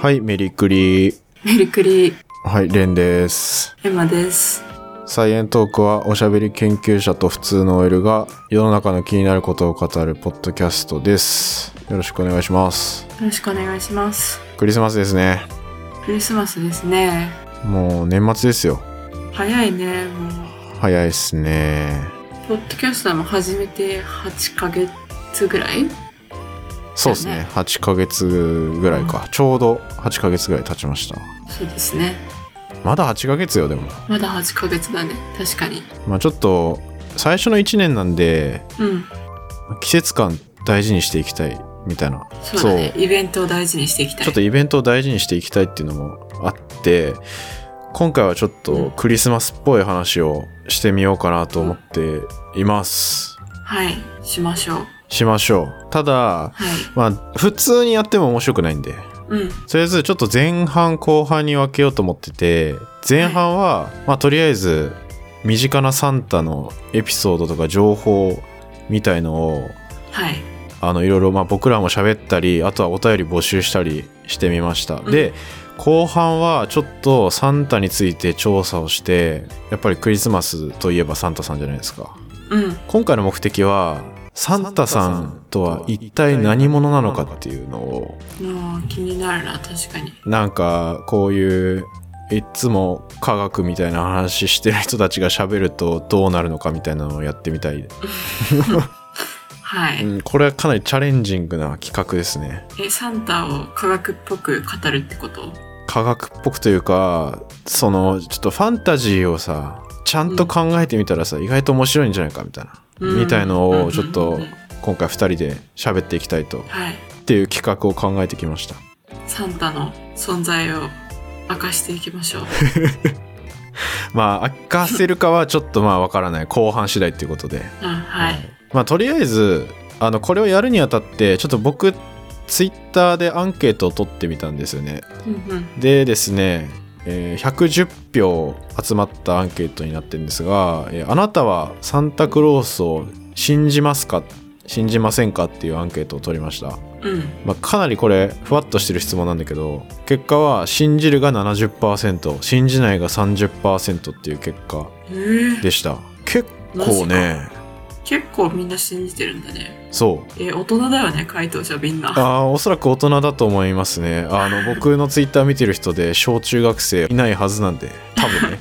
はい、メリクリ。メリクリ、はい、レンです。エマです。サイエントークはおしゃべり研究者と普通の OL が世の中の気になることを語るポッドキャストです。よろしくお願いします。よろしくお願いします。クリスマスですね。クリスマスですね。もう年末ですよ。早いね。もう、早いっすね。ポッドキャスターも始めて8ヶ月ぐらいそうですね。8ヶ月ぐらいか。ちょうど8ヶ月ぐらい経ちました。そうですね。まだ8ヶ月よ、でも。まだ8ヶ月だね。確かに。まあちょっと、最初の1年なんで、うん。季節感大事にしていきたいみたいな。そうだね。イベントを大事にしていきたい。 ちょっとイベントを大事にしていきたいっていうのもあって今回はちょっとクリスマスっぽい話をしてみようかなと思っています。はい。しましょう。しましょう。ただ、はい。まあ普通にやっても面白くないんで。うん。とりあえずちょっと前半後半に分けようと思ってて前半は、まあとりあえず身近なサンタのエピソードとか情報みたいのをはい。あのいろいろまあ僕らも喋ったりあとはお便り募集したりしてみました、んで後半はちょっとサンタについて調査をしてやっぱりクリスマスといえばサンタさんじゃないですかうん。今回の目的はサンタさんとは一体何者なのかっていうのをもう気になるな。確かに。なんかこういういっつも科学みたいな話してる人たちが喋るとどうなるのかみたいなのをやってみたい、はうい。ん、これはかなりチャレンジングな企画ですねえ、サンタを科学っぽく語るってこと科学っぽくというかそのちょっとファンタジーをさちゃんと考えてみたらさ、意外と面白いんじゃないかみたいな、うんみたいのをちょっうとんうんうん今回2人で喋っていきたいとっはい。ていう企画を考えてきましたサンタの存在を明かしていきましょ う。まあ明かせるかはちょっとまあわからない 後半次第っていうことでうん、はい。まあとりあえずあのこれをやるにあたってちょっと僕ツイッターでアンケートを取ってみたんですよねうんうん。でですね、えー110票集まったアンケートになってるんですが、えーあなたはサンタクロースを信じますか信じませんかっていうアンケートを取りました、うん。まあ、かなりこれふわっとしてる質問なんだけど結果は信じるが70%信じないが30%っていう結果えー、でした結構ね結構みんな信じてるんだね。そうえー大人だよね、回答者みんな。あーおそらく大人だと思いますねあの僕のツイッター見てる人で小中学生いないはずなんで多分ね、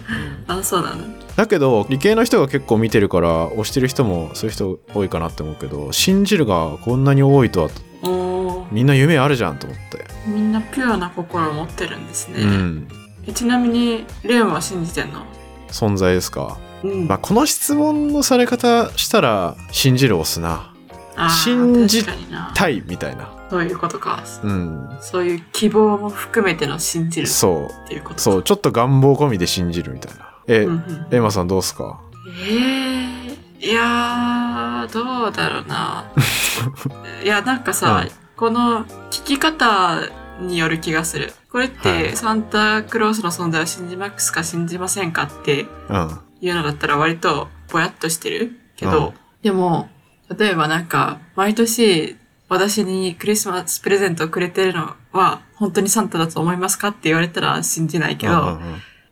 うんあ、そうなの。だけど理系の人が結構見てるから押してる人もそういう人多いかなって思うけど信じるがこんなに多いとはおーみんな夢あるじゃんと思って、みんなピュアな心を持ってるんですね。うんえちなみに、レオンは信じてんの存在ですか、うんまあ、この質問のされ方したら信じる押すなあー信じ確かにな。たいみたいなそういうことか。うんそういう希望も含めての信じるっそていうことうかそうちょっと願望込みで信じるみたいなえ、うんうんエマさんどうすかええいやーどうだろう ないやなんかさ、うんこの聞き方による気がするこれって、はいサンタクロースの存在を信じますか信じませんかってうんいうのだったら割とぼやっとしてるけうど、んでも例えばなんか毎年私にクリスマスプレゼントをくれてるのは本当にサンタだと思いますかって言われたら信じないけど、うんうんうん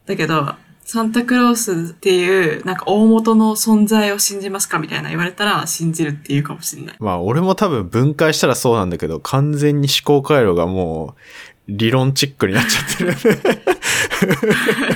だけど、サンタクロースっていう、なんか大元の存在を信じますかみたいな言われたら信じるっていうかもしれない。まあ俺も多分分解したらそうなんだけど完全に思考回路がもう理論チックになっちゃってる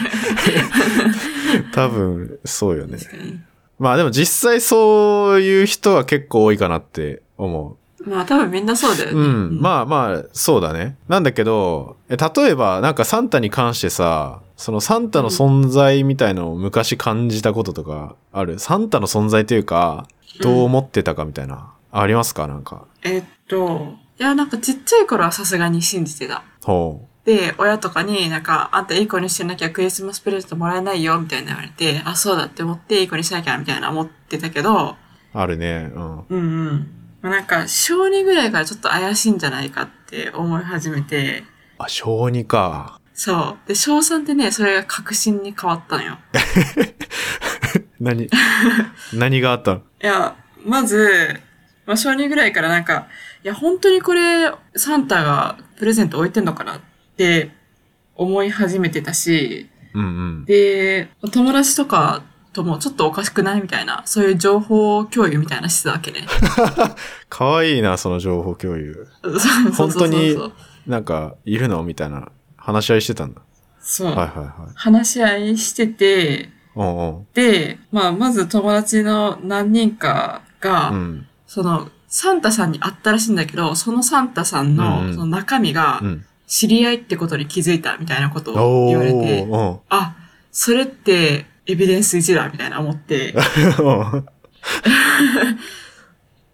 多分そうよね確かに。まあでも実際そういう人は結構多いかなって思まあ多分みんなそうだようね。うんまあまあそうだねなんだけどえ例えばなんかサンタに関してさそのサンタの存在みたいのを昔感じたこととかあるサンタの存在というかどう思ってたかみたいな、ありますかなんかえっと、いや、なんかちっちゃい頃はさすがに信じてた。ほうで、親とかになんか、あんたいい子にしてなきゃクリスマスプレゼントもらえないよ、みたいな言われて、あ、そうだって思っていい子にしなきゃ、みたいな思ってたけど、あるね。うん。うんうん。まあなんか、小2ぐらいからちょっと怪しいんじゃないかって思い始めて、あ、小児か。そう。で、小3ってね、それが確信に変わったのよ。 何何があったのいや、まず、まあ、小2ぐらいからなんか、いや、本当にこれ、サンタがプレゼント置いてんのかなっって思い始めてたし、うんうん。で、お友達とかともちょっとおかしくないみたいな、そういう情報共有みたいなしてたわ けね。かわいいな、その情報共有。そうそうそうそう本当になんか、いるのみたいな話し合いしてたんだ。そう。はいはいはい。話し合いしてて、うんうん。で、まあ、まず友達の何人かが、うん。その、サンタさんに会ったらしいんだけど、そのサンタさんの,、うんうんその中身がうん。知り合いってことに気づいたみたいなことをお言われー。て、うん。あ、それってエビデンス一だみたいな 思って、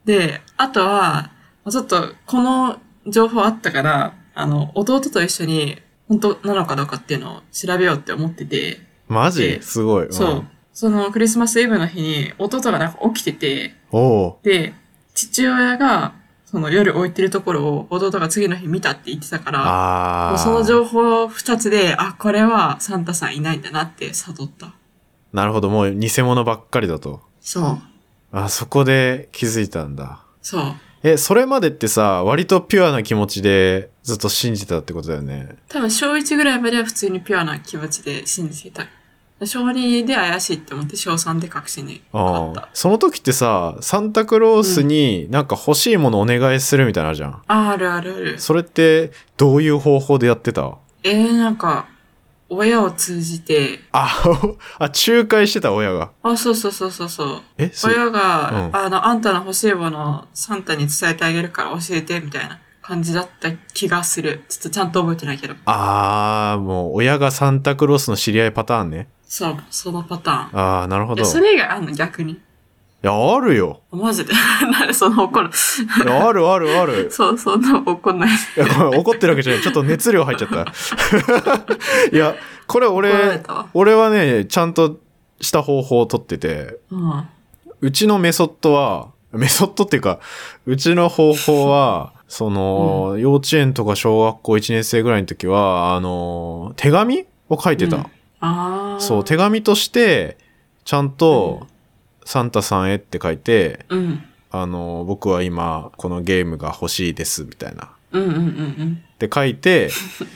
で、あとは、ちょっとこの情報あったから、あの、弟と一緒に本当なのかどうかっていうのを調べようって思ってて、マジですごい。んそう。。そのクリスマスイブの日に弟がなんか起きてて、おー。で、父親がその夜置いてるところを弟が次の日見たって言ってたから、あもうあ。その情報二つで、あ、これはサンタさんいないんだなって悟った。なるほど、もう偽物ばっかりだと。そう。あ、そこで気づいたんだ。そう。え、それまでってさ、割とピュアな気持ちでずっと信じてたってことだよね。多分小1ぐらいまでは普通にピュアな気持ちで信じてた。小2で怪しいって思って小3で確信に変わあったあ。。その時ってさ、サンタクロースになんか欲しいものお願いするみたいなのあるじゃん。ああるあるある。それってどういう方法でやってたえー、なんか、親を通じて、あ、あ、仲介してた親が。あ、そうそうそうそうそう。え、そう。親が、うんあの、あんたの欲しいものをサンタに伝えてあげるから教えて、みたいな感じだった気がする。ちょっとちゃんと覚えてないけど。ああ、もう親がサンタクロースの知り合いパターンね。そう、そのパターン。ああ、なるほど。え、いそれ以外あんの逆に。や、あるよ。マジで。 なんでその怒る。 いや、あるあるある。そう、そんな怒んない。いやごめん怒ってるわけじゃない。ちょっと熱量入っちゃった。 いや、これ怒られ俺、たわ。俺はね、ちゃんとした方法を取ってて、うん。うちのメソッドは、メソッドっていうか、うちの方法は、その、幼稚園とか小学校1年生ぐらいの時は、あの、手紙を書いてた。ああ。そう、手紙として、ちゃんと、サンタさんへって書いて、うん。あの、僕は今、このゲームが欲しいです、みたいな。うんうんうんうん。って書いて、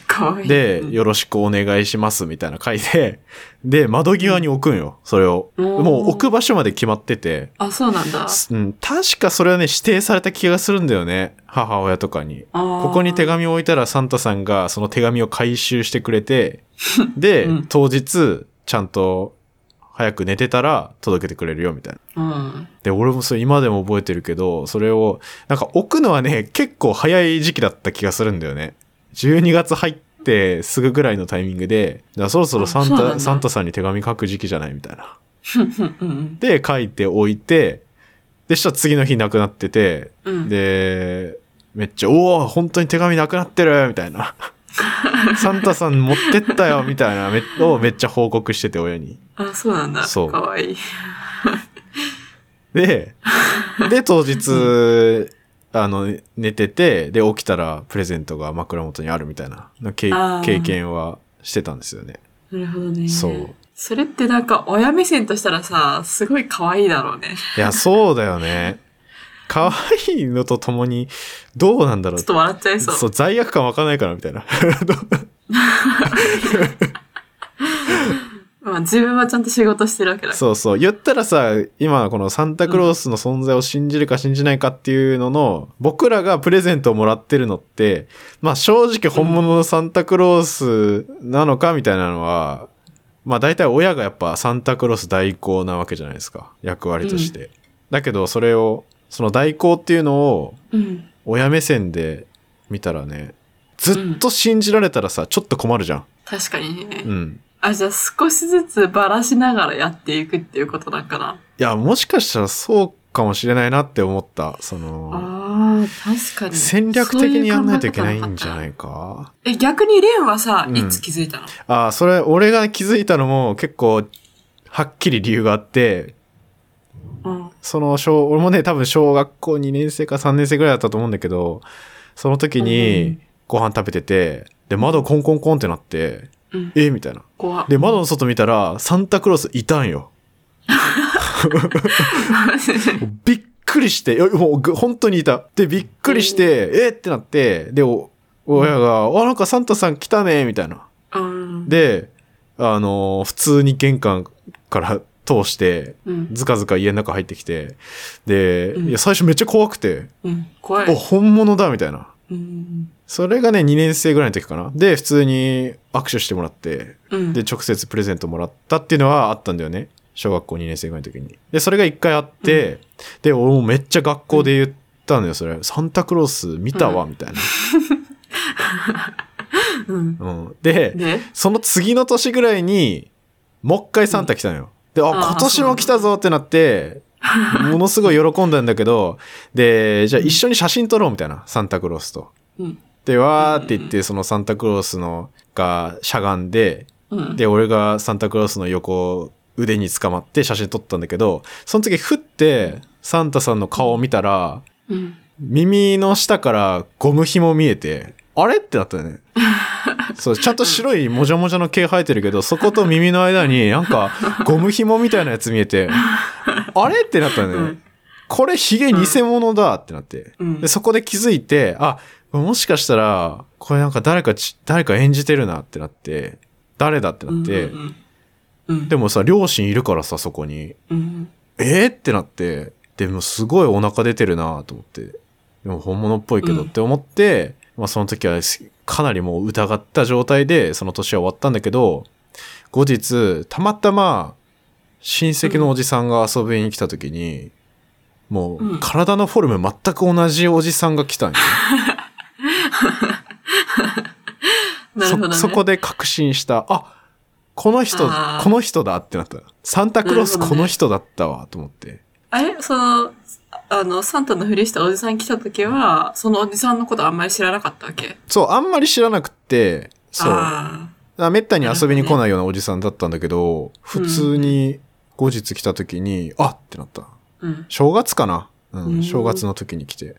かわいい。で、うんよろしくお願いしますみたいな書いて、で、窓際に置くんよ、それを。おーもう置く場所まで決まってて、あ、そうなんだ。うん、確かそれはね、指定された気がするんだよね、母親とかに。こここに手。紙を置いたらサンタさんがその手紙を回収してくれ て、で、うん当日、ちゃんと早く寝てたら届けてくれるよみたいな。うん。で、俺もそれ今でも覚えてるけど、それを、なんか置くのはね、結構早い時期だった気がするんだよね。12月入ってすぐぐらいのタイミングで、じゃあそろそろサンあそうなんタ、だサンタさんに手紙書く時期じゃないみたいな。うんうんで、書いておいて、で、したら次の日なくなってて、うん。で、めっちゃ、おお本当に手紙なくなってるみたい な。サンタさん持ってったよみたいなめをめっちゃ報告してて親に。あ、そうなんだ。そうかわいい。で、で、当日、あの、寝てて、で、起きたらプレゼントが枕元にあるみたいなの経あー経験はしてたんですよね。なるほどね。そう。それってなんか親目線としたらさ、すごい可愛いだろうね。いや、そうだよね。可愛いのとともに、どうなんだろちょうっ。と笑っちゃいそう。そう、罪悪感わかないからみたいな。どうまあ自分はちゃんと仕事してるわけだから。そうそう。言ったらさ、今このサンタクロースの存在を信じるか信じないかっていうのの、僕らがプレゼントをもらってるのって、まあ正直本物のサンタクロースなのかみたいなのは、まあ大体親がやっぱサンタクロース代行なわけじゃないですか。役割として。だけどそれを、その代行っていうのをうん。親目線で見たらね、ずっと信じられたらさ、ちょっと困るじゃん。確かにね。うん。あ、じゃあ少しずつばらしながらやっていくっていうことなんかな。いや、もしかしたらそうかもしれないなって思った。その、ああ、確かに。戦略的にやんないといけないんじゃいないう考か。え方え、逆にレンはさ、うんいつ気づいたのああ、それ、俺が気づいたのも結構、はっきり理由があって、うん。その小、俺もね、多分小学校2年生か3年生ぐらいだったと思うんだけど、その時うにんご飯食べてて、で、窓コンコンコンってなって、うん。えみたいな。怖っで、窓の外見たら、サンタクロースいたんよ。びっくりして、いやもうぐ本当にいた。で、びっくりして、えーってなって、で、お親が、あ、なんかサンタさん来たね、みたいな。 うん。で、あのー普通に玄関から通して、うん。ずかずか家の中入ってきて、で、うんいや、最初めっちゃ怖くて、うん。怖お、い。本物だ、みたいな。うん。それがね、2年生ぐらいの時かな。で、普通に握手してもらって、うん。で、直接プレゼントもらったっていうのはあったんだよね。小学校2年生ぐらいの時に。で、それが1回あって、で、俺もめっちゃ学校で言ったんだよ、それ。サンタクロース見たわ、みたいな。うん。うん。で、で、その次の年ぐらいに、もう一回サンタ来たのよ。で、あ、あー今年も来たぞってなって、ものすごい喜んだんだけど、で、じゃあ一緒に写真撮ろうみたいな、サンタクロースと。うん。で、わーって言って、そのサンタクロースのがしゃがんで、うん。で、俺がサンタクロースの横を腕に捕まって写真撮ったんだけど、その時ふって、サンタさんの顔を見たら、うん。耳の下からゴム紐見えて、あれってなったよ ね。そう、ちゃんと白いもじゃもじゃの毛生えてるけど、そこと耳の間になんかゴム紐みたいなやつ見えて、あれってなったよね。うんこれヒゲ偽物だってなって。うんで、そこで気づいて、あ、もしかしたら、これなんか誰かち、誰か演じてるなってなって、誰だってなって、うん。うん。でもさ、両親いるからさ、そこに。うん。えー、ってなって、でもすごいお腹出てるなと思って、でも本物っぽいけどうんって思って、まあその時はすかなりもう疑った状態でその年は終わったんだけど、後日、たまたま親戚のおじさんが遊びに来た時に、もううん体のフォルム全く同じおじさんが来たんよ、なるほどね。そそこで確信した、あこの人、あーこの人だってなった。サンタクロースなるこほどねの人だったわ、と思って。あれその、あの、サンタのふりしたおじさん来た時は、そのおじさんのことあんまり知らなかったわけそう、あんまり知らなくって、そう。ああめったに遊びに来ないようなおじさんだったんだけど、う普ん通に後日来た時に、あっってなった。ーうん。正月かなう、うんん正月の時に来て。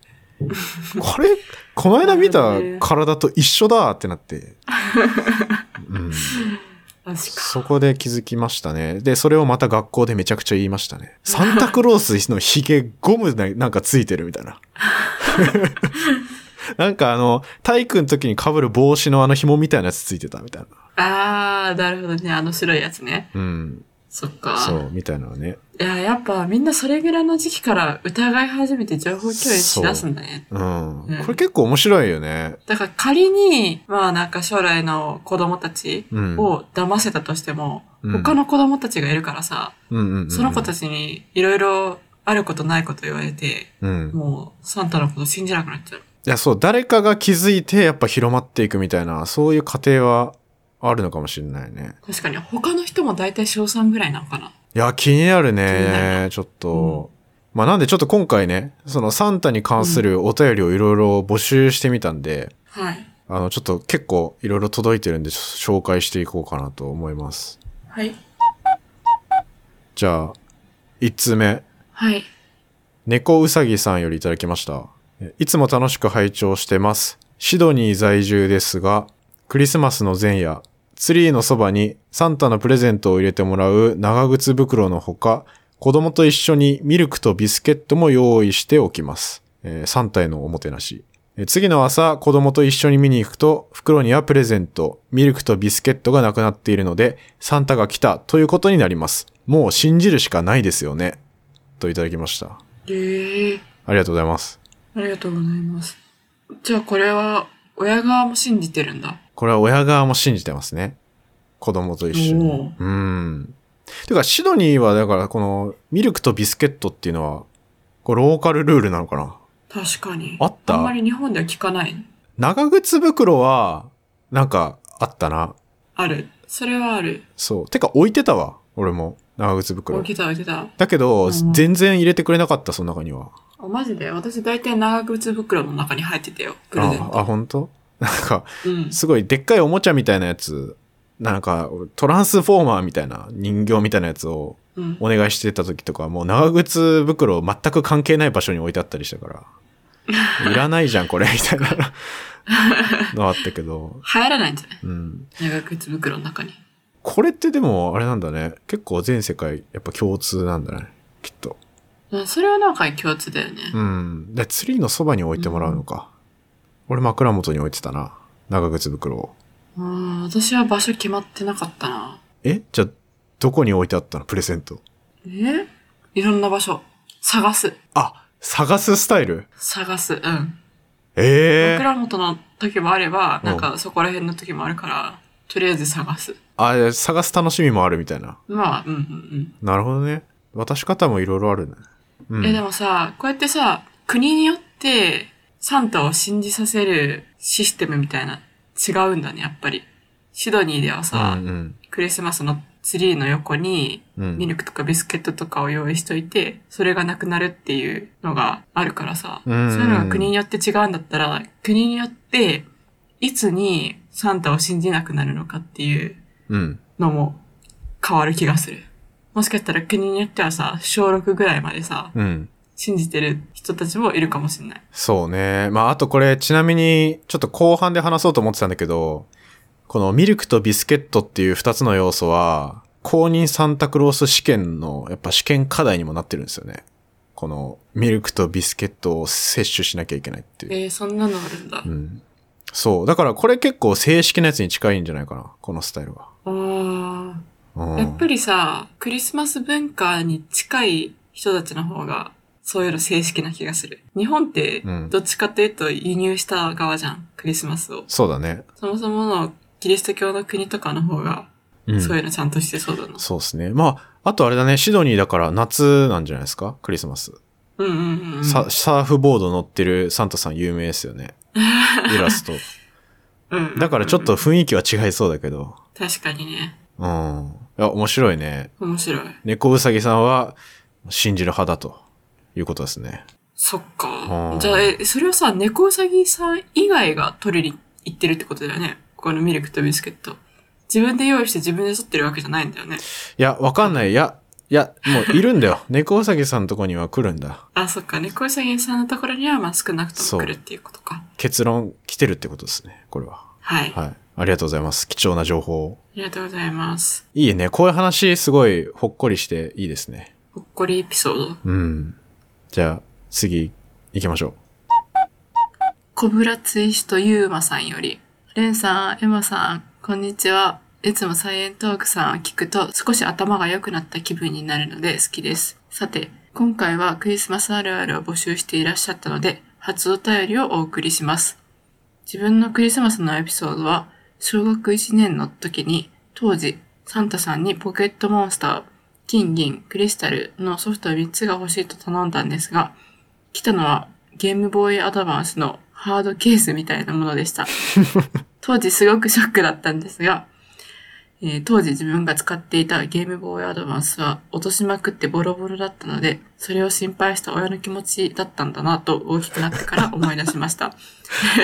これ、この間見た体と一緒だってなって。うん、確そこで気づきましたね。で、それをまた学校でめちゃくちゃ言いましたね。サンタクロースのヒゲゴムななんかついてるみたいな。 なんかあの、体育の時に被る帽子のあの紐みたいなやつついてたみたいな。か。ああ、なるほどね。あの白いやつね。うん。そっか。そう、みたいなのね。いや、やっぱみんなそれぐらいの時期から疑い始めて情報共有しだすんだね。うん。うんこれ結構面白いよね。だから仮に、まあなんか将来の子供たちうん。を騙せたとしても、うん他の子供たちがいるからさ、うんうんうんうんその子たちにいろいろあることないこと言われて、うん。もうサンタのこと信じなくなっちゃう。いや、そう、誰かが気づいて、やっぱ広まっていくみたいな、そういう過程はあるのかもしれないね。確かに他の人も大体小3ぐらいなのかな。いや、気になるね。気になちょっと。まあ、なんでちょっと今回ね、そのサンタに関するお便りをいろいろ募集してみたんで、はい。あの、ちょっと結構いろいろ届いてるんで、ちょっと紹介していこうかなと思います。はい。じゃあ、1通目。はい。猫うさぎさんよりいただきました。えいつも楽しく拝聴してます。シドニー在住ですが、クリスマスの前夜、ツリーのそばにサンタのプレゼントを入れてもらう長靴袋のほか、子供と一緒にミルクとビスケットも用意しておきます。えーサンタへのおもてなし。えー次の朝、子供と一緒に見に行くと、袋にはプレゼント、ミルクとビスケットがなくなっているので、サンタが来たということになります。もう信じるしかないですよね。といただきました。ええありがとうございます。ありがとうございます。じゃあこれは親側も信じてるんだ。これは親側も信じてますね。子供と一緒おにう。うん。てか、シドニーはだからこのミルクとビスケットっていうのは、これローカルルールなのかな確かに。あったあんまり日本では聞かない。長靴袋は、なんかあったな。ある。それはある。そう。てか置いてたわ。俺も。長靴置袋い。てた置いてた。だけど、うん全然入れてくれなかった、その中には。あ、マジで私大体長靴袋の中に入ってたよ。プレゼンあト。あ、本当？なんか、うん。すごいでっかいおもちゃみたいなやつ、なんか、トランスフォーマーみたいな人形みたいなやつをうん。お願いしてた時とかもう長靴袋全く関係ない場所に置いてあったりしたからいらないじゃんこれみたいなのあったけど、入らないんじゃないうん、長靴袋の中に。これってでもあれなんだね結構全世界やっぱ共通なんだねきっとうんそれはなんか共通だよね。うんでツリーのそばに置いてもらうのか、俺枕元に置いてたな。長靴袋を。うーん、私は場所決まってなかったな。えじゃあ、どこに置いてあったのプレゼント。えいろんな場所。探す。あ、探すスタイル探す。うん。ええー。枕元の時もあれば、うんなんかそこら辺の時もあるから、とりあえず探す。あ、探す楽しみもあるみたいな。まあ、うんうんうん。なるほどね。渡し方もいろいろあるね。うえ、でん。もさ、こうやってさ、国によって、サンタを信じさせるシステムみたいな、違うんだね、やっぱり。シドニーではさ、うんうんクリスマスのツリーの横に、うんミルクとかビスケットとかを用意しといて、それがなくなるっていうのがあるからさ、うんうんそういうのが国によって違うんだったら、国によって、いつにサンタを信じなくなるのかっていううん。のも変わる気がする。もしかしたら国によってはさ、小6ぐらいまでさ、うん。信じてる人たちもいるかもしれない。そうね。まあ、あとこれ、ちなみに、ちょっと後半で話そうと思ってたんだけど、このミルクとビスケットっていう二つの要素は、公認サンタクロース試験の、やっぱ試験課題にもなってるんですよね。この、ミルクとビスケットを摂取しなきゃいけないっていう。えー、そんなのあるんだう。ん。そう。だからこれ結構正式なやつに近いんじゃないかな。このスタイルは。あうーん。やっぱりさ、クリスマス文化に近い人たちの方が、そういうの正式な気がする。日本ってうん、どっちかというと輸入した側じゃん、クリスマスを。そうだね。そもそものキリスト教の国とかの方が、うん。そういうのちゃんとしてそうだな。そうですね。まあ、あとあれだね、シドニーだから夏なんじゃないですかクリスマス。うんうんうん。さサーフボード乗ってるサンタさん有名ですよ ね。イラスト。うんうんだからちょっと雰囲気は違いそうだけど。確かにね。うん。いや、面白いね。面白い。猫うさぎさんは信じる派だということですね。そっうかん。じゃあ、え、それはさ、猫うさぎさん以外が取りに行ってるってことだよね。このミルクとビスケット。自分で用意して自分で取ってるわけじゃないんだよね。いや、わかんない。いや、いや、もういるんだ よ。猫うさぎさんのとこには来るんだ。あ、そっか。猫うさぎさんのところには、まあ少なくとそうも来るっていうことか。結論来てるってことですね。これは。はい。あはい。ありがとうございます。貴重な情報を。りがとうございます。いいね。こういう話すごいほっこりしていいですね。ほっこりエピソード。うん。じゃあ、次、行きましょコブラツイストユーマさんより。レンさん、エマさん、こんにちは。いつもサイエントークさんを聞くと少し頭が良くなった気分になるので好きです。さて、今回はクリスマスあるあるを募集していらっしゃったので、初お便りをお送りします。自分のクリスマスのエピソードは、小学1年の時に、当時、サンタさんにポケットモンスター、金銀、クリスタルのソフト3つが欲しいと頼んだんですが、来たのはゲームボーイアドバンスのハードケースみたいなもの でした。当時すごくショックだったんですが、えー当時自分が使っていたゲームボーイアドバンスは落としまくってボロボロだったので、それを心配した親の気持ちだったんだなと大きくなってから思い出しました。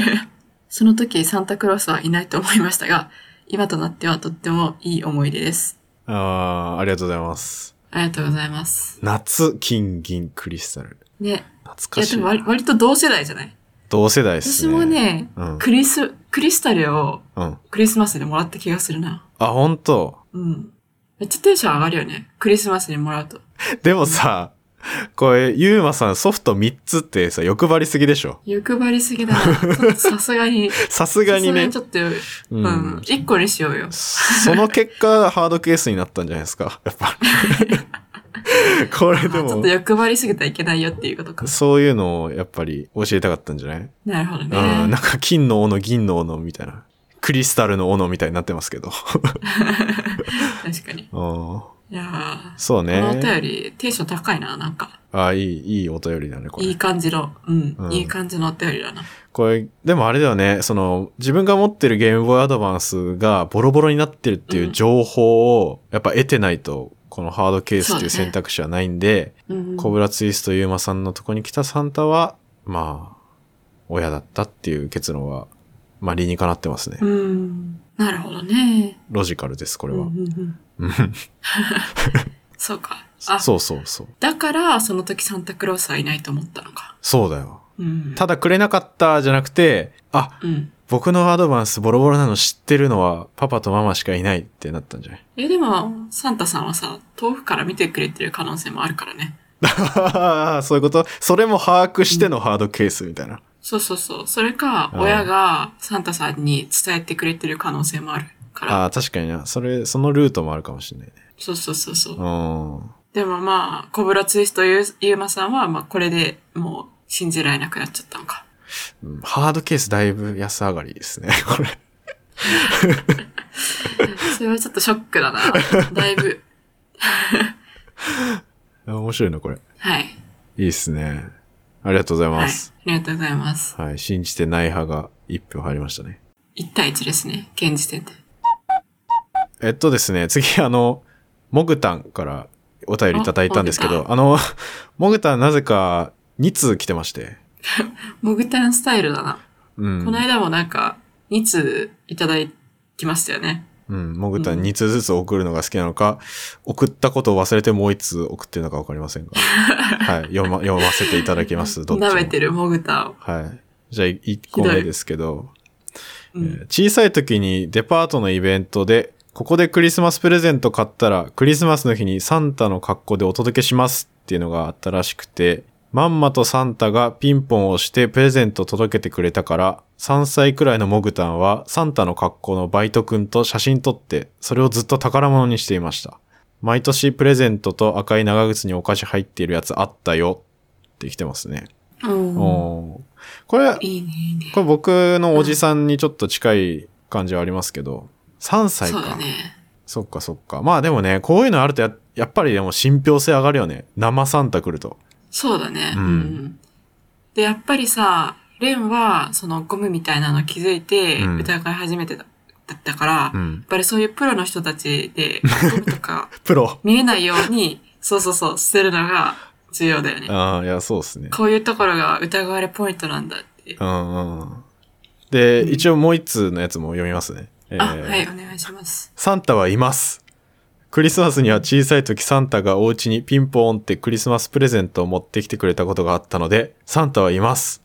その時サンタクロースはいないと思いましたが、今となってはとってもいい思い出です。う。あー、ありがとうございます。ありがとうございます。夏、金、銀、クリスタル。ね。い懐やかしでいも。割割と同世代じゃない同世代です私ね。も。ね、うんクリス、クリスタルをうん。クリスマスでもらった気がするな。あ、ほんと。うん。めっちゃテンション上がるよね。クリスマスにもらうと。でもさ、これ、ゆうまさんソフト3つってさ、欲張りすぎでしょ。欲張りすぎだ な。ちょっとさすがに。ささすがにねち。ょっと、ううん。一、個にしようよ。その結果、ハードケースになったんじゃないですか。やっ ぱ。これあでちょっもと、欲張りすぎたらいけないよっていうことか。そういうのをやっぱり教えたかったんじゃないなるほどね。うん、なんか金の斧、銀の斧みたいな。クリスタルの斧みたいになってますけど。 確かに。うんいやそうー、このおね。便り、テンション高いな、なんか。あ、いい、いいお便りだね、これ。いい感じの、うん、うんいい感じのお便りだな。これ、でもあれだよね、その、自分が持ってるゲームボーイアドバンスがボロボロになってるっていう情報を、やっぱ得てないと、このハードケースっていうそうだね選択肢はないんで、うん。コブラツイストユーマさんのとこに来たサンタは、まあ、親だったっていう結論は、まあ理にかなってますね。うん。なるほどね。ロジカルです、こうれんうは。んうん、うん そうか。あ、そうそうそう。だから、その時サンタクロースはいないと思ったのか。そうだよ。うん。ただくれなかったじゃなくて、あ、うん。僕のアドバンスボロボロなの知ってるのはパパとママしかいないってなったんじゃないえ、でも、サンタさんはさ、遠くから見てくれてる可能性もあるからね。 あははそういうことそれも把握してのハードケースみたいな。そうそうそう。それか、うん親がサンタさんに伝えてくれてる可能性もあるから。ああ、確かにな。それ、そのルートもあるかもしれないね。そうそうそうそう。うん。でもまあ、コブラツイストユーユーマさんは、まあこれでもう信じられなくなっちゃったのか。うんハードケースだいぶ安上がりですね、 これ。それはちょっとショック だな。だいぶ。あ面白いな、これ。はい。いいっすね。ありがとうございはい。あます。りがとうございます。はい、信じてない派が1票入りましたね。 1対1ですね。現時点で。えっとですね、次、あの、モグタンからお便りいただいたんですけあモグど、あの、 モグタンなぜか2通来てまして。モグタンスタイルだな。うん。この間もなんか、2通いただきましたよね。うん、モグタうんン2通ずつ送るのが好きなのか、送ったことを忘れてもう1通送ってるのかわかりません が。はい、読ま、読ませていただきます。どっちも舐めてるモグタンを。はい。じゃあ、1個目ですけど、うんえー小さい時にデパートのイベントで、ここでクリスマスプレゼント買ったら、クリスマスの日にサンタの格好でお届けしますっていうのがあったらしくて、まんまとサンタがピンポンを押してプレゼント届けてくれたから、3歳くらいのモグタンはサンタの格好のバイト君と写真撮って、それをずっと宝物にしていました。毎年プレゼントと赤い長靴にお菓子入っているやつあったよって来てますね。おーおーこれ、いいね、いいね。これ僕のおじさんにちょっと近い感じはありますけど、3歳そうだか。ね。そっかそっか。まあでもね、こういうのあるとややっぱりでも信憑性上がるよね。生サンタ来ると。そうだね。うんで、やっぱりさ、レンは、そのゴムみたいなの気づいて、うん疑い始めてた、だったから、うやっん。ぱりそういうプロの人たちで、ゴムとかプロ。見えないように、 そうそうそう、捨てるのが重要だよね。ああ、いや、そうですね。こういうところが疑われポイントなんだって。うんうん。で、うん一応もう一通のやつも読みますね。えーあ、はい、お願いします。サンタはいます。クリスマスには小さい時サンタがお家にピンポーンってクリスマスプレゼントを持ってきてくれたことがあったので、サンタはい ます。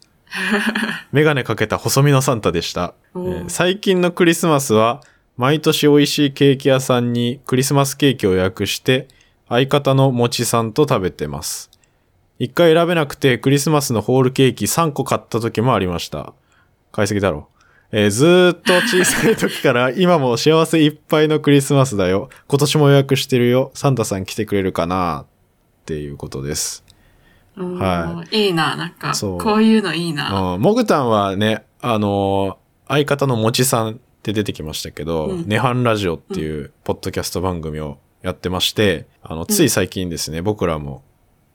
メガネかけた細身のサンタでした。えおーー最近のクリスマスは、毎年美味しいケーキ屋さんにクリスマスケーキを予約して、相方のもちさんと食べてます。一回選べなくてクリスマスのホールケーキ3個買った時もありました。買いすぎだろ。えーずーっと小さい時から今も幸せいっぱいのクリスマスだよ。今年も予約してるよ。サンタさん来てくれるかなっていうことです。うんはいいな、なんか、そうこういうのいいな。うん、モグタンはね、あのー相方のもちさんって出てきましたけど、うんネハンラジオっていうポッドキャスト番組をやってまして、あの、つい最近ですね、僕らも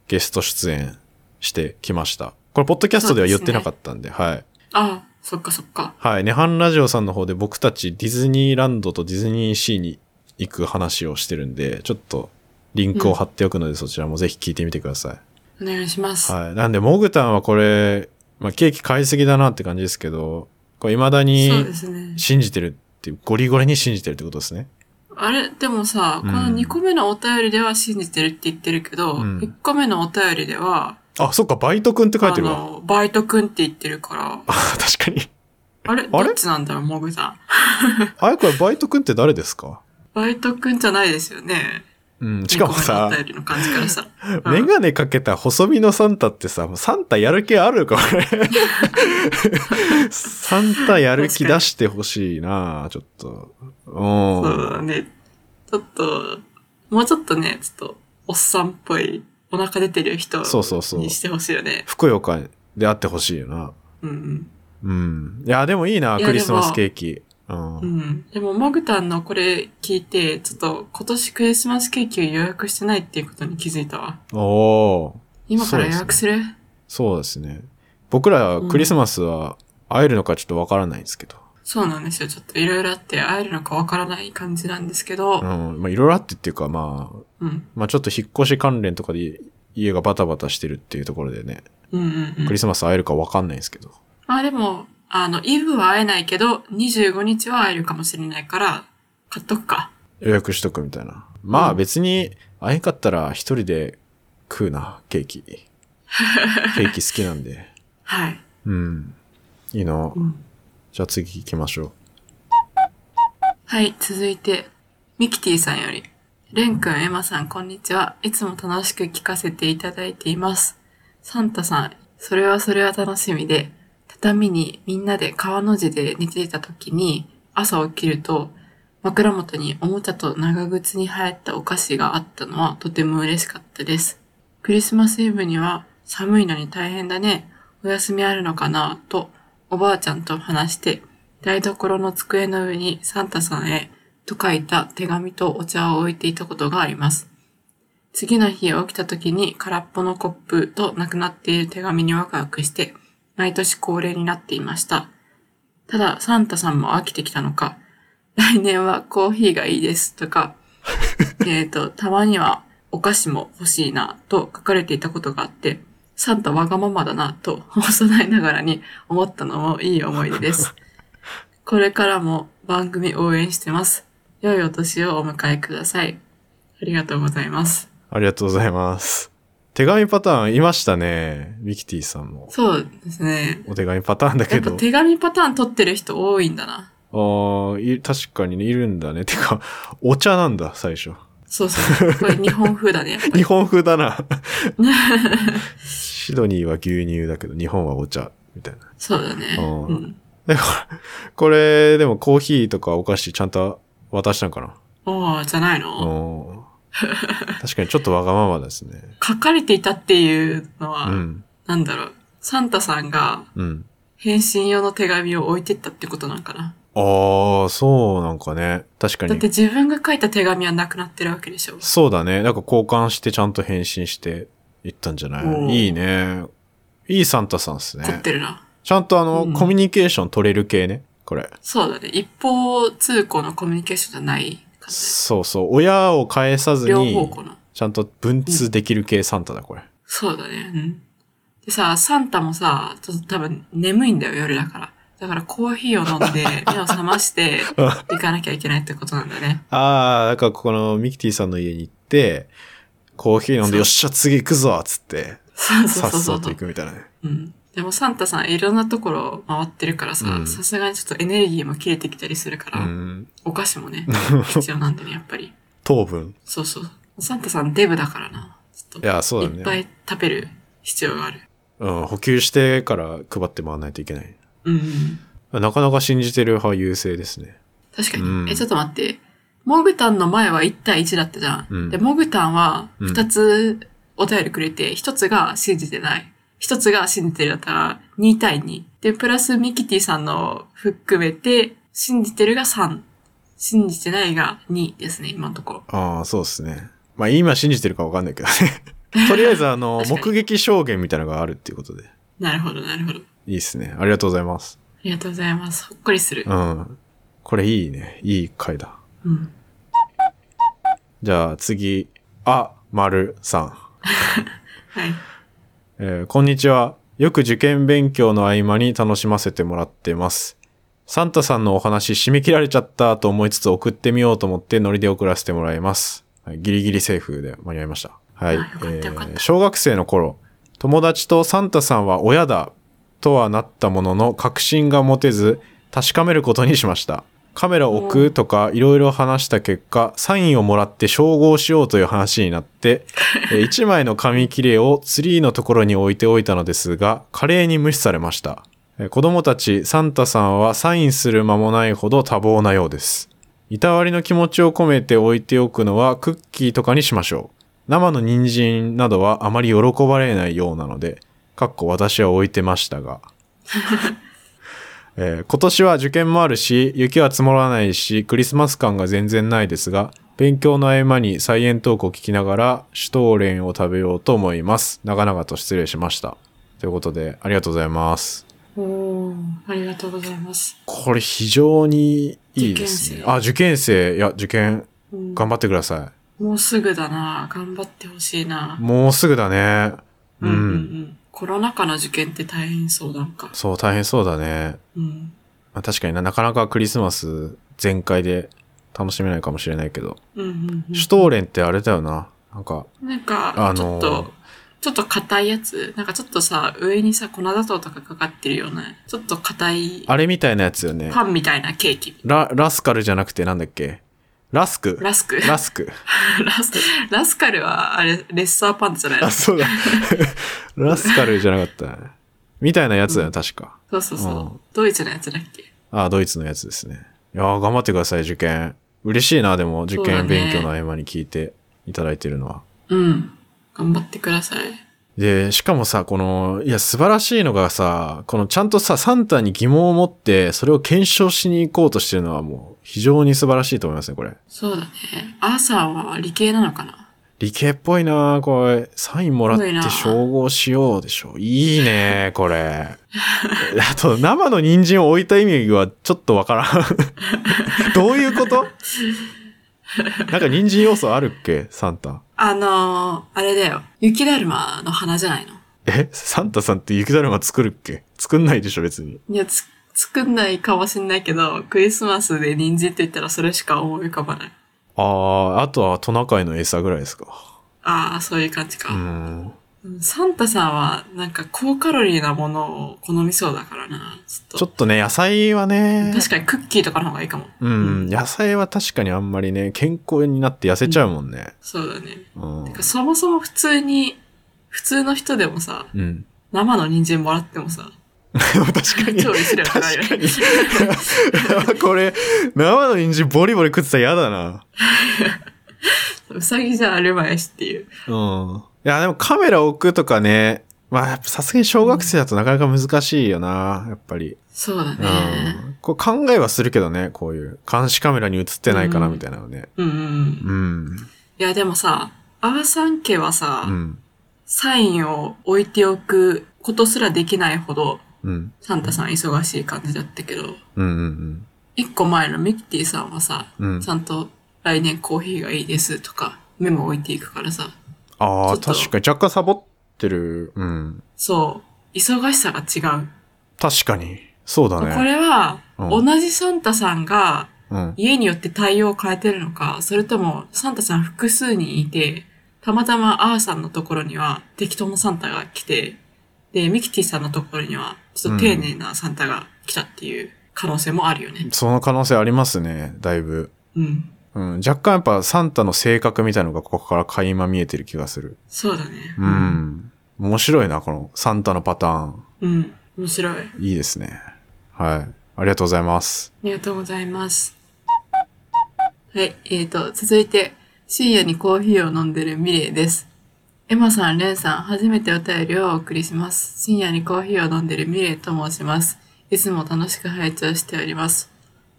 ゲスト出演してきました。これ、ポッドキャストでは言ってなかったんで、はい。あ、そっかそっか。はい。ネハンラジオさんの方で僕たちディズニーランドとディズニーシーに行く話をしてるんで、ちょっとリンクを貼っておくので、そちらもぜひ聞いてみてください。お願いします。はい。なんで、モグタンはこれ、まあ、ケーキ買いすぎだなって感じですけど、これ未だそうにですね。信じてるっていう、ゴリゴリに信じてるってことですね。あれ、でもさ、うんこの2個目のお便りでは信じてるって言ってるけうど、ん1個目のお便りでは、あ、そっか、バイトくんって書いあてるわ。の、バイトくんって言ってるから、あ 確かに。あれあれどっちなんだろう、モグさん。あれ、これバイトくんって誰ですかバイトくんじゃないですよね。うん、しかも二個さ目のお、便りの感じからしたら。 うんメガネかけた細身のサンタってさ、もうサンタやる気あるか、これ。 サンタやる気出してほしいなちょっと。うん。そうだね。ちょっと、もうちょっとね、ちょっと、おっさんっぽい、お腹出てる人そうそうそうにしてほしいよね。ふくよかであってほしいよな。うんうん。いや、でもいいな、いやクリスマスケーキ。うん。うん。うん。でも、モグタンのこれ聞いて、ちょっと、今年クリスマスケーキを予約してないっていうことに気づいたわ。おおー今から予約するそうですね。僕らはクリスマスは会えるのかちょっとわからないんですけど。そうなんですよ。ちょっといろいろあって会えるのかわからない感じなんですけどう、ん。まあ、いろいろあってっていうか、まあ、うん。まあちょっと引っ越し関連とかで家がバタバタしてるっていうところでね、うんうんうクんリ。スマス会えるかわかんないんですけど。まあでも、あの、イブは会えないけど、25日は会えるかもしれないから、買っとくか。予約しとくみたいな。まうあん別に会えんかったら一人で食うな、ケー キ。ケーキ好きなんで。はい。うん。いいなう。んじゃあ次行きましょう。はい、続いて、ミキティさんより。レン君、エマさん、こんにちは。いつも楽しく聞かせていただいています。サンタさん、それはそれは楽しみで、ためにみんなで川の字で寝てた時に朝起きると枕元におもちゃと長靴に入ったお菓子があったのはとても嬉しかったです。クリスマスイブには寒いのに大変だね。お休みあるのかなとおばあちゃんと話して台所の机の上にサンタさんへと書いた手紙とお茶を置いていたことがあります。次の日起きた時に空っぽのコップとなくなっている手紙にワクワクして、毎年恒例になっていました。ただ、サンタさんも飽きてきたのか、来年はコーヒーがいいですとか、えっと、たまにはお菓子も欲しいなと書かれていたことがあって、サンタわがままだなと幼いながらに思ったのもいい思い出です。これからも番組応援してます。良いお年をお迎えください。ありがとうございます。ありがとうございます。手紙パターンいましたね。ミキティさんも。そうですね。お手紙パターンだやけっぱど。手紙パターン取ってる人多いんだな。ああ、い確かにね、いるんだね。てか、お茶なんだ、最初。そうそう。これ日本風だね、やっぱ 日り。本風だ な。シドニーは牛乳だけど、日本はお茶。みたいな。そうだね。うんうん。でこれ、これでもコーヒーとかお菓子ちゃんと渡したのかなおー、じゃないのうん。確かにちょっとわがままですね。 書かれていたっていうのうは、ん。なんだろう。サンタさんがうん。返信用の手紙を置いてったってことなんかな。ああ、そうなんかね。確かだっにて。自分が書いた手紙はなくなってるわけでしょ。そうだね。なんか交換してちゃんと返信していったんじゃおなーいいいね。いいサンタさんです凝っね。てるな。ちゃんとあの、うんコミュニケーション取れる系ね。これ。そうだね。一方通行のコミュニケーションじゃない感じ。そうそう。親を返さず両方に、向の。ちゃんと文通できる系サンタだ、これ。そうだね。うん。でさ、サンタもさ、ちょっと多分眠いんだよ、夜だから。だからコーヒーを飲 んで、目を覚まして、行かなきゃいけないってことなんだね。ああ、だからここのミキティさんの家に行って、コーヒー飲んそで、うよっしゃ、次行くぞっつって、そうさそっうそそううとそう行。くみたいなね。うん。でもサンタさんいろんなところ回ってるからうさ、んさすがにちょっとエネルギーも切れてきたりするかうら、ん。お菓子も ね、必要なんだね、やっぱり。糖分。そうそう。サンタさんデブだからな。ちょっいと、や、そうだいっぱね。い食べる必要がある。うん、補給してから配ってもらわないといけない。うん。なかなか信じてる派優勢ですね。確かに。うんえ、ちょっと待って。モグタンの前は1対1だったじゃん。うんで、モグタンはうん2つお便りくれて、1つが信じてない。1つが信じてるだったら2対2。で、プラスミキティさんの含めて、信じてるが3。信じてないが2ですね、今のところ。ああ、そうですね。まあ今信じてるかわかんないけど ね。とりあえずあの、確かに目撃証言みたいなのがあるっていうことで。なるほど、なるほど。いいですね。ありがとうございます。ありがとうございます。ほっこりする。うん。これいいね。いい回だ。うん。じゃあ次、あ、まるさん。はい。えーこんにちは。よく受験勉強の合間に楽しませてもらってます。サンタさんのお話締め切られちゃったと思いつつ送ってみようと思ってノリで送らせてもらいます。はいギリギリセーフで間に合いました。はい。あよかったよかったえー小学生の頃、友達とサンタさんは親だとはなったものの確信が持てず確かめることにしました。カメラを置くとかいろいろ話した結果、サインをもらって照合しようという話になって、1枚の紙切れをツリーのところに置いておいたのですが、華麗に無視されました。えー子供たち、サンタさんはサインする間もないほど多忙なようです。いたわりの気持ちを込めて置いておくのはクッキーとかにしましょう。生の人参などはあまり喜ばれないようなので、かっこ私は置いてましたが。えー今年は受験もあるし、雪は積もらないし、クリスマス感が全然ないですが、勉強の合間にサイエントークを聞きながら、シュトーレンを食べようと思います。長々と失礼しました。ということで、ありがとうございます。おー、ありがとうございます。これ非常にいいですね受験。生あ、受験生。いや、受験、うん頑張ってくださもうすぐだな。頑張ってほしいな。い。もうすぐだね。う。うんうんうんんコロナ禍の受験って大変そうなんか。そう、大変そうだね。うん。まあ、確かにな、なかなかクリスマス全開で楽しめないかもしれないけど。うんうんうんシュトーレンってあれだよな。なんか、なんかあ、ちょのっーと、ちょっと硬いやつ。なんかちょっとさ、上にさ、粉砂糖とかかかってるような、ちょっと硬いあれみたいなやつよね。パンみたいなケーキ。ラ、ラスカルじゃなくてなんだっけラスク。ラスク。ラスク。 ラスラス カルは、あれ、レッサーパンツじゃないのあ、そうだ。ラスカルじゃなかったね。みたいなやつだよ、確か。そうそうそう。うんドイツのやつだっけああ、ドイツのやつですね。いやー頑張ってください、受験。嬉しいな、でも、受そうだ験ね勉強の合間に聞いていただいてるのは。うん。頑張ってください。で、しかもさ、この、いや、素晴らしいのがさ、このちゃんとさ、サンタに疑問を持って、それを検証しに行こうとしてるのはもう、非常に素晴らしいと思いますね、これ。そうだね。アーサーは理系なのかな理系っぽいなあこれ。サインもらっすごいてな照合しようでしょ。いいねこれ。 あと、生の人参を置いた意味はちょっとわからん。 どういうことなんか人参要素あるっけサンタ。あのー、あれだよ。雪だるまの花じゃないのえサンタさんって雪だるま作るっけ作んないでしょ、別に。いや、つ、作んないかもしんないけど、クリスマスで人参って言ったらそれしか思い浮かばない。ああ、あとはトナカイの餌ぐらいですか。ああ、そういう感じうか。ん。うんサンタさんは、なんか高カロリーなものを好みそうだからな。ちょっちょと。っとね、野菜はね。確かにクッキーとかの方がいいかも。うん、野菜は確かにあんまりね、健康になって痩せちゃうもんね。そうだね。うん。てかそもそも普通に、普通の人でもさ、うん。生の人参もらってもさ、確かに。調理すればなるよ確かに。 これ、生の人参ボリボリ食ってたら嫌だな。うさぎじゃあるまいしっていう。うん。いや、でもカメラ置くとかね、まあ、やっぱさすがに小学生だとなかなか難しいよな、やっぱり。そうだうね。ん。こう考えはするけどね、こういう。監視カメラに映ってないかな、うんみたいなのね。うんうん。うん。いやでもさ、アーサン家はさ、うん。サインを置いておくことすらできないほど、うん。サンタさん忙しい感じだったけど、うん。うん。一個前のミキティさんはさ、うんちゃんと来年コーヒーがいいですとか、メモ置いていくからさ、ああ、ちょっと確かに。若干サボってる。うん。そう、忙しさが違う。確かに。そうだこね。れは、う同んじサンタさんがうん。家によって対応を変えてるのか、それともサンタさん複数にいて、たまたまアーさんのところには適当なサンタが来て、で、ミキティさんのところにはちょっと丁寧なサンタが来たっていう可能性もあるよね。その可能性ありますね、だいぶ。うん。うん、若干やっぱサンタの性格みたいのがここから垣間見えてる気がする。そうだね。う。ん。面白いな、このサンタのパターン。うん。面白い。あいいですね。はい。ありがとうございます。りがとうございます。はい。えーと、続いて、深夜にコーヒーを飲んでるミレイです。エマさん、レンさん、初めてお便りをお送りします。深夜にコーヒーを飲んでるミレイと申します。いつも楽しく拝聴しております。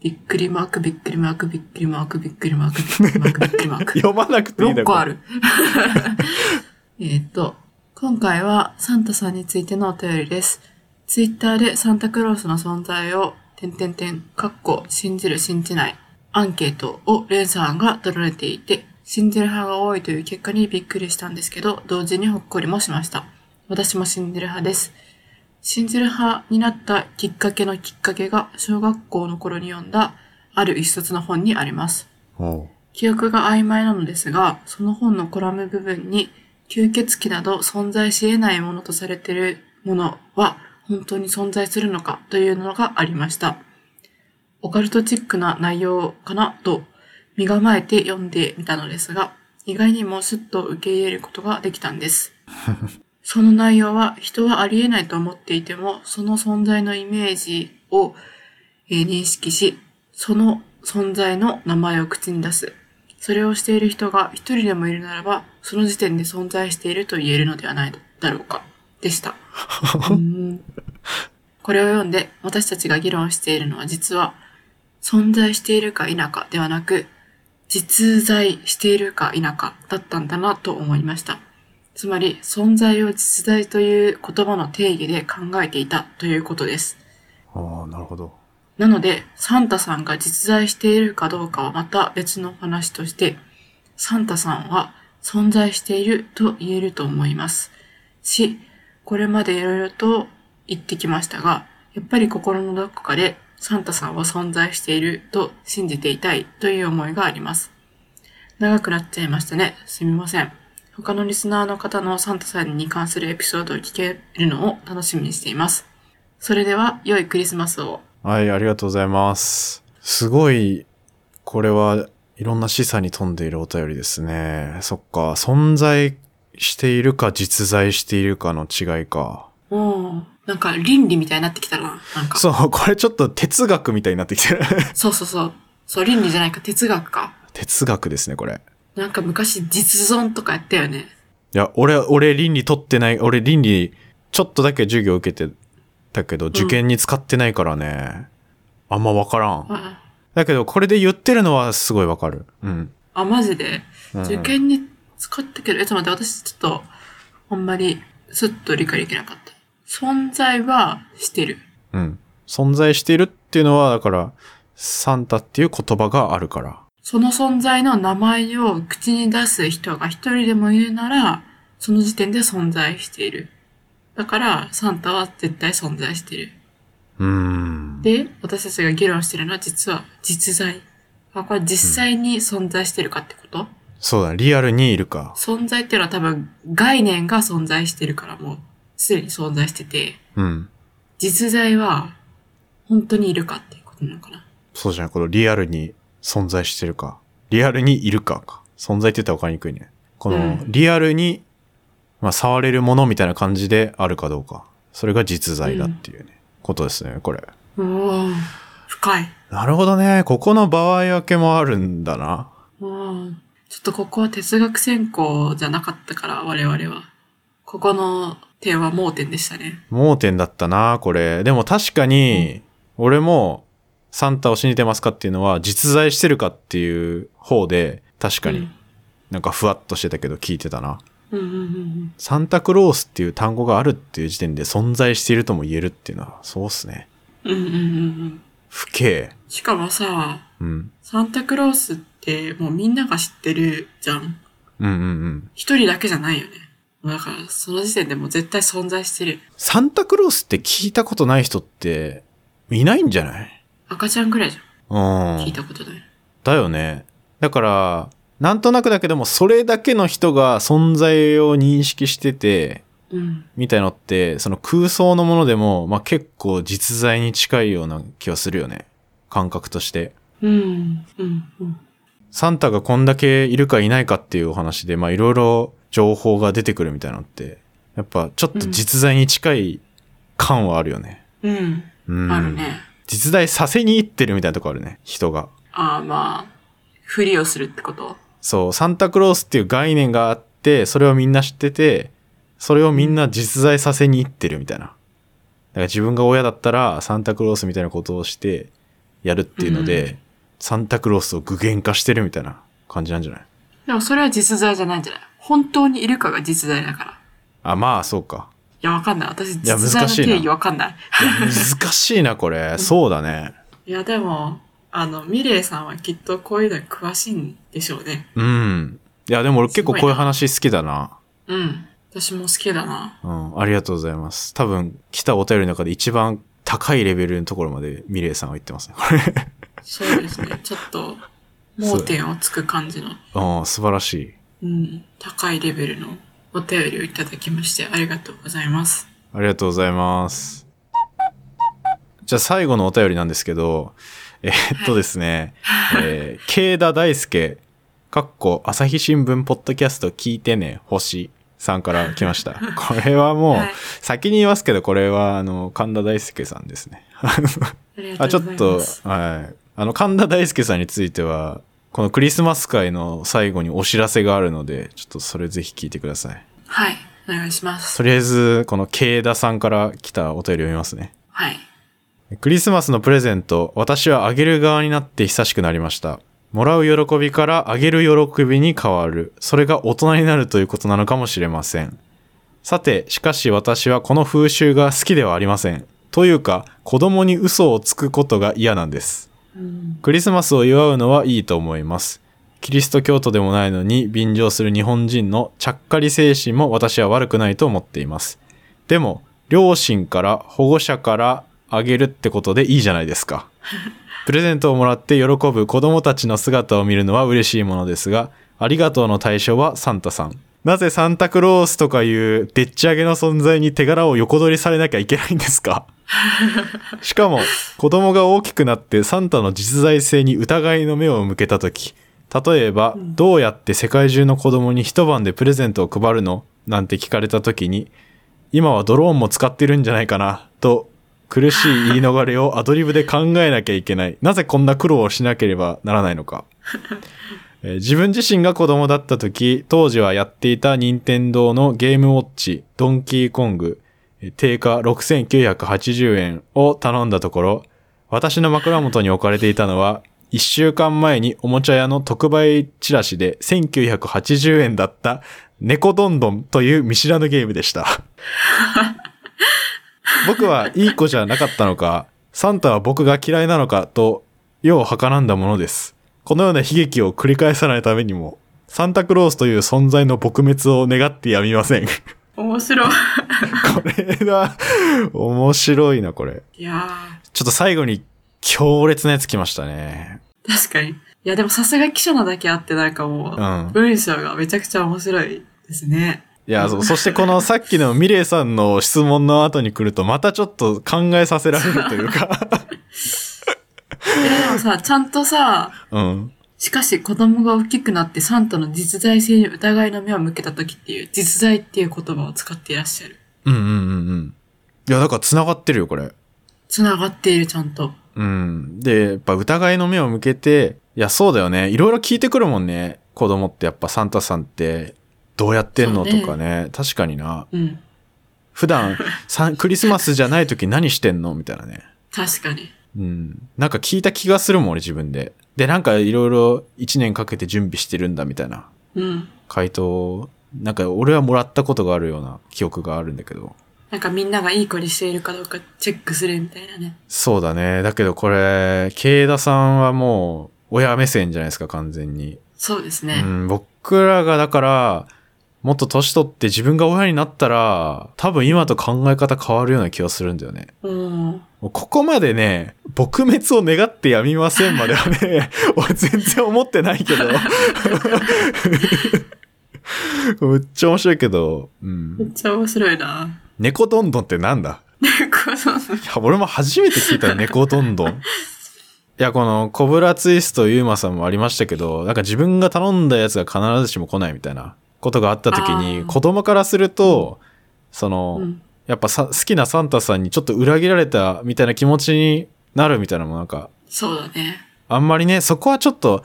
びっくりマーク、びっくりマーク、びっくりマーク、びっくりマーク、びっくりマーク、びっくりマーク。 読まなくていい6だ個ある。る。 えっと、今回はサンタさんについてのお便りです。ツイッターでサンタクロースの存在を、点点点、かっこ、信じる、信じない、アンケートをレンさんが取られていて、信じる派が多いという結果にびっくりしたんですけど、同時にほっこりもしました。私も信じる派です。信じる派になったきっかけのきっかけが、小学校の頃に読んだ、ある一冊の本にあります。おう記憶が曖昧なのですが、その本のコラム部分に、吸血鬼など存在し得ないものとされているものは本当に存在するのかというのがありました。オカルトチックな内容かなと身構えて読んでみたのですが、意外にもすっと受け入れることができたんです。その内容は人はありえないと思っていても、その存在のイメージをえー認識し、その存在の名前を口に出す。それをしている人が一人でもいるならば、その時点で存在していると言えるのではないだろうか。でした。うーんこれを読んで、私たちが議論しているのは実は、存在しているか否かではなく、実在しているか否かだったんだなと思いました。つまり、存在を実在という言葉の定義で考えていたということです。ああ、なるほど。なので、サンタさんが実在しているかどうかはまた別の話として、サンタさんは存在していると言えると思います。し、これまでいろいろと言ってきましたが、やっぱり心のどこかでサンタさんは存在していると信じていたいという思いがあります。長くなっちゃいましたね。すみません。他のリスナーの方のサンタさんに関するエピソードを聞けるのを楽しみにしています。それでは、良いクリスマスを。はい、ありがとうございます。すごい、これはいろんな示唆に富んでいるお便りですね。そっか、存在しているか実在しているかの違いか。おーなんか倫理みたいになってきたな。なんか。そう、これちょっと哲学みたいになってきてる。 そうそうそう。そう、倫理じゃないか、哲学か。哲学ですね、これ。なんか昔実存とかやったよね。いや、俺、俺倫理取ってない、俺倫理、ちょっとだけ授業受けてたけど、受験に使ってないからね。あんまわからん。あ、だけど、これで言ってるのはすごいわかる。うん。あマジで。うん受験に使ったけど、え、ちょっと待って、私ちょっと、あんまり、すっと理解できなかった。存在はしてる。うん。存在しているっていうのは、だから、サンタっていう言葉があるから。その存在の名前を口に出す人が一人でもいるなら、その時点で存在している。だから、サンタは絶対存在している。うーん。で、私たちが議論してるのは実は実在。あ、これ実際に存在してるかってこと、そうだ、リアルにいるか。存在っていうのは多分概念が存在してるからもう、すでに存在してて、うん。実在は本当にいるかっていうことなのかな。そうじゃない、このリアルに存在してるか。リアルにいるかか。存在って言ったら分かりにくいね。こうの、んリアルに、まあ、触れるものみたいな感じであるかどうか。それが実在だっていうね、ことですね、これ。うおー、深い。なるほどね。ここの場合分けもあるんだな。うん。ちょっとここは哲学専攻じゃなかったから、我々は。ここの点は盲点でしたね。盲点だったな、これ。でも確かに、俺も、サンタを信じてますかっていうのは、実在してるかっていう方で、確かうにんなんかふわっとしてたけど聞いてたな。うんうんうんうん。サンタクロースっていう単語があるっていう時点で存在しているとも言えるっていうのは、そうっすね。うんうんうんうん。不敬。しかもさ、うん。サンタクロースってもうみんなが知ってるじゃん。うんうんうん。一人だけじゃないよね。だから、その時点でもう絶対存在してる。サンタクロースって聞いたことない人って、いないんじゃない赤ちゃんぐらいじうゃん。聞いん。たことない。だよね。だから、なんとなくだけども、それだけの人が存在を認識してて、うん。みたいのって、その空想のものでも、まあ、結構実在に近いような気はするよね。感覚として。うん。うん。うん。サンタがこんだけいるかいないかっていうお話で、まあ、いろいろ情報が出てくるみたいなのって、やっぱちょっと実在に近い感はあるよね。うん。うん。あるね。実在させにいってるみたいなとこあるね。人が。ああ、まあ、ふりをするってことそう、サンタクロースっていう概念があって、それをみんな知ってて、それをみんな実在させにいってるみたいな。だから自分が親だったら、サンタクロースみたいなことをして、やるっていうので、うんサンタクロースを具現化してるみたいな感じなんじゃないでもそれは実在じゃないんじゃない本当にいるかが実在だから。いあ、まあ、そうか。や、わかんない。私、や実在の定難しい義なわかんない。難しいな、これ。そうだね。 いや、でも、あの、ミレイさんはきっとこういうのに詳しいんでしょうね。うん。いや、でも俺結構こういう話好きだな。うん。私も好きだな。うん、ありがとうございます。多分、来たお便りの中で一番高いレベルのところまでミレイさんは言ってますね、 これ。そうですね。ちょっと、盲点をつく感じの、うん、素晴らしい。うん、高いレベルのお便りをいただきまして、ありがとうございます。ありがとうございます。じゃあ最後のお便りなんですけど、えーっとですね、えー、慶田大輔、かっこ、朝日新聞ポッドキャスト聞いてね、星さんから来ま した。これはもう、はい先に言いますけど、これは、あの、神田大輔さんですね。ありあ、がちとょっうございとます。、はい。あの、神田大輔さんについては、このクリスマス会の最後にお知らせがあるので、ちょっとそれぜひ聞いてください。はい。お願いしますと。りあえず、この慶田さんから来たお便りを読みますね。はい。クリスマスのプレゼント、私はあげる側になって久しくなりました。もらう喜びからあげる喜びに変わる。それが大人になるということなのかもしれません。さて、しかし私はこの風習が好きではありません。というか、子供に嘘をつくことが嫌なんです。うん。クリスマスを祝うのはいいと思います。キリスト教徒でもないのに便乗する日本人のちゃっかり精神も私は悪くないと思っています。でも、両親から保護者からあげるってことでいいじゃないですか。プレゼントをもらって喜ぶ子供たちの姿を見るのは嬉しいものですが、ありがとうの対象はサンタさん。なぜサンタクロースとかいうでっち上げの存在に手柄を横取りされなきゃいけないんですかしかも、子供が大きくなってサンタの実在性に疑いの目を向けたとき、例えば、どうやって世界中の子供に一晩でプレゼントを配るのなんて聞かれたときに、今はドローンも使ってるんじゃないかな、と、苦しい言い逃れをア ドリブで考えなきゃいけない。なぜこんな苦労をしなければならないのか。 えー自分自身が子供だった時、当時はやっていた任天堂のゲームウォッチ、ドンキーコング、えー定価6980円を頼んだところ、私の枕元に置かれていたのは、1週間前におもちゃ屋の特売チラシで1980円だった、猫どんどんという見知らぬゲームでした。僕はいい子じゃなかったのか、サンタは僕が嫌いなのかと、世をはからんだものです。このような悲劇を繰り返さないためにも、サンタクロースという存在の撲滅を願ってやみません。こ面白い。れは、面白いな、これ。いやちょっと最後に強烈なやつ来ましたね。ー、確かに。いや、でもさすが記者なだけあって、なんかもうん。う、文章がめちゃくちゃ面白いですね。いや、そうそしてこのさっきのミレイさんの質問の後に来ると、またちょっと考えさせられるというか。えでもさ、ちゃんとさ、うん。しかし子供が大きくなってサンタの実在性に疑いの目を向けた時っていう、実在っていう言葉を使っていらっしゃる。うんうんうんうん。いや、だから繋がってるよ、これ。繋がっている、ちゃんと。うん。で、やっぱ疑いの目を向けて、いや、そうだよね。いろいろ聞いてくるもんね。子供ってやっぱサンタさんって、どうやってんのそうねとかね。確かにな。うん。普 段、さんクリスマスじゃない時何してんのみたいなね。確かに。うん。なんか聞いた気がするもん、俺自分で。で、なんかいろいろ1年かけて準備してるんだ、みたいなうん。回答をなんか俺はもらったことがあるような記憶があるんだけど。なんかみんながいい子にしているかどうかチェックするみたいなね。そうだね。だけどこれ、慶田さんはもう、親目線じゃないですか、完全に。そうですうね。ん、僕らがだから、もっと年取って自分が親になったら、多分今と考え方変わるような気がするんだよね。うん。もうここまでね、撲滅を願ってやみませんまではね、 俺全然思ってないけど。 めっちゃ面白いけど、うめっん。ちゃ面白いな。猫どんどんってなんだ猫さいん。や、俺も初めて聞いた よ、猫どんどん。いや、この、コブラツイストユーマさんもありましたけど、なんか自分が頼んだやつが必ずしも来ないみたいなことがあった時あに、ー子供からすると、その、うん。やっぱさ好きなサンタさんにちょっと裏切られたみたいな気持ちになるみたいなのもなんか、そうだね。あんまりね、そこはちょっと、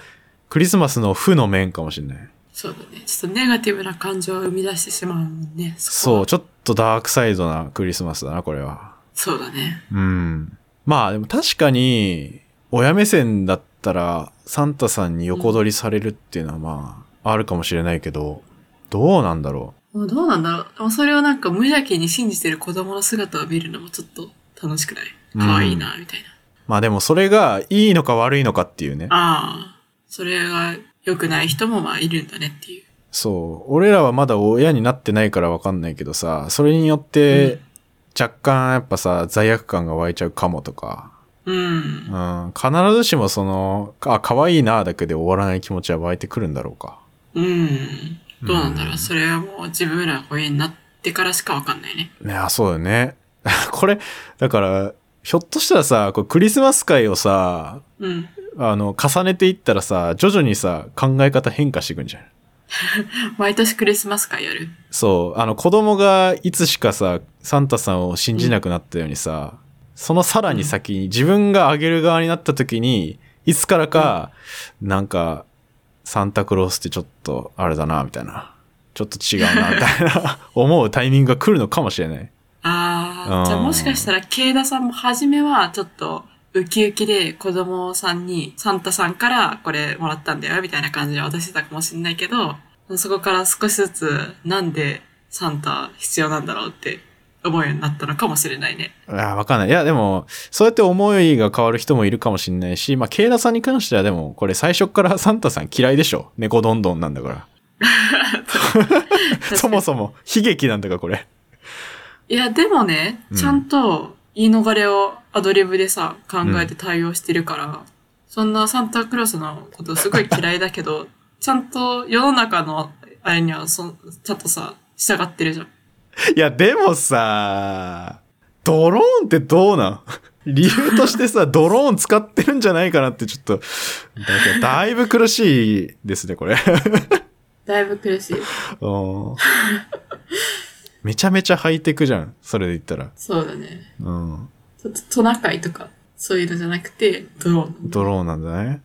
クリスマスの負の面かもしれない。そうだね。ちょっとネガティブな感情を生み出してしまうもんね。。そうう、ちょっとダークサイドなクリスマスだな、これは。そうだね。うん。まあでも確かに、親目線だったら、サンタさんに横取りされるっていうのはまあ、あるかもしれないけど、どうなんだろもうどうなんだろう。でもそれをなんか無邪気に信じてる子供の姿を見るのもちょっと楽しくない可愛いな、みたいな。う。まあでもそれがいいのか悪いのかっていうね。ああ。それが良くない人もまあいるんだねっていう。そう。俺らはまだ親になってないからわかんないけどさ、それによって、若干やっぱさ、罪悪感が湧いちゃうかもとか、うん。うん、必ずしもその、あ、可愛いなだけで終わらない気持ちは湧いてくるんだろうか。うん。どうなんだろうう。んそれはもう自分らが親になってからしかわかんないね。ねあ、そうだよね。 これ、だから、ひょっとしたらさ、これクリスマス会をさ、うん。あの、重ねていったらさ、徐々にさ、考え方変化していくんじゃない毎年クリスマス会やる。そう、あの、子供がいつしかさ、サンタさんを信じなくなったようにさ、そのさらに先に、自分があげる側になった時に、いつからか、なんか、サンタクロースってちょっと、あれだな、みたいな。ちょっと違うな、みたいな、思うタイミングが来るのかもしれない。あうあ、んじゃあもしかしたら、慶田さんも初めはちょっと、ウキウキで子供さんに、サンタさんからこれもらったんだよ、みたいな感じで渡してたかもしれないけど、そこから少しずつ、なんでサンタ必要なんだろうって思うようになったのかもしれない ね。いや、わかんない。いや、でも、そうやって思いが変わる人もいるかもしれないし、まあ、ケイダさんに関してはでも、これ最初から サンタさん嫌いでしょ猫どんどんなんだから。そもそも、悲劇なんだから、これ。いや、でもねう、んちゃんと言い逃れをアドリブでさ、考えて対応してるから、そんなサンタクロースのことすごい嫌いだけど、 ちゃんと世の中のあれにはそん、ちゃんとさ、従ってるじゃん。いや、でもさ、ドローンってどうなん理由としてさ、ドローン使ってるんじゃないかなって、ちょっと、だけどだいぶ苦しいですね、これ。だいぶ苦しい。うんめちゃめちゃハイテクじゃん。それで言ったら。そうだね。うん。ちょっとトナカイとか、そういうのじゃなくて、ドローン。ドローンなんだね。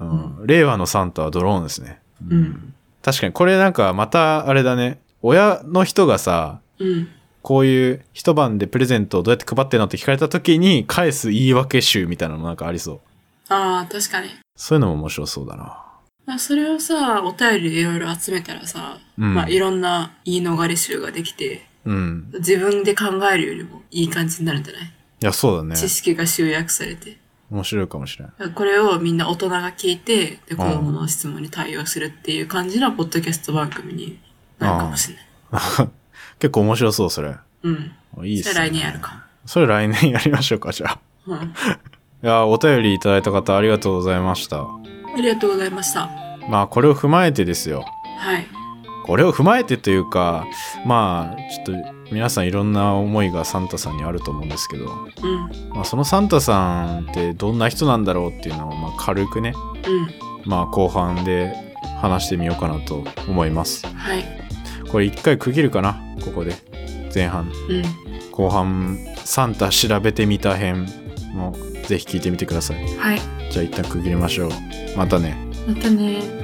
うん。令和のサンタはドローンですね。うん。確かに、これなんかまたあれだね。親の人がさ、うん。こういう一晩でプレゼントをどうやって配ってるのって聞かれた時に返す言い訳集みたいなのもなんかありそう。ああ、確かに。そういうのも面白そうだな。まあ、それをさ、お便りでいろいろ集めたらさ、うんまあ、いろんな言い逃れ集ができて、うん。自分で考えるよりもいい感じになるんじゃない、いや、そうだね。知識が集約されて。面白いかもしれない。これをみんな大人が聞いて、で、子供の質問に対応するっていう感じのポッドキャスト番組になるかもしれない。結構面白そう、それ。うん。いいっそすれね。来年やる。か。それ来年やりましょうか、じゃあ。うん。いやー、お便りいただいた方ありがとうございました。ありがとうございました。まあ、これを踏まえてですよ。はい。これを踏まえてというか、まあ、ちょっと皆さんいろんな思いがサンタさんにあると思うんですけど、うん。まあ、そのサンタさんってどんな人なんだろうっていうのを、まあ、軽くね、うまあ、後半で話してみようかなと思います。ん。はい。これ一回区切るかな、ここで。前半。うん。後半、サンタ調べてみた編もぜひ聞いてみてください。はい。じゃあ一旦区切りましょう。またね。またね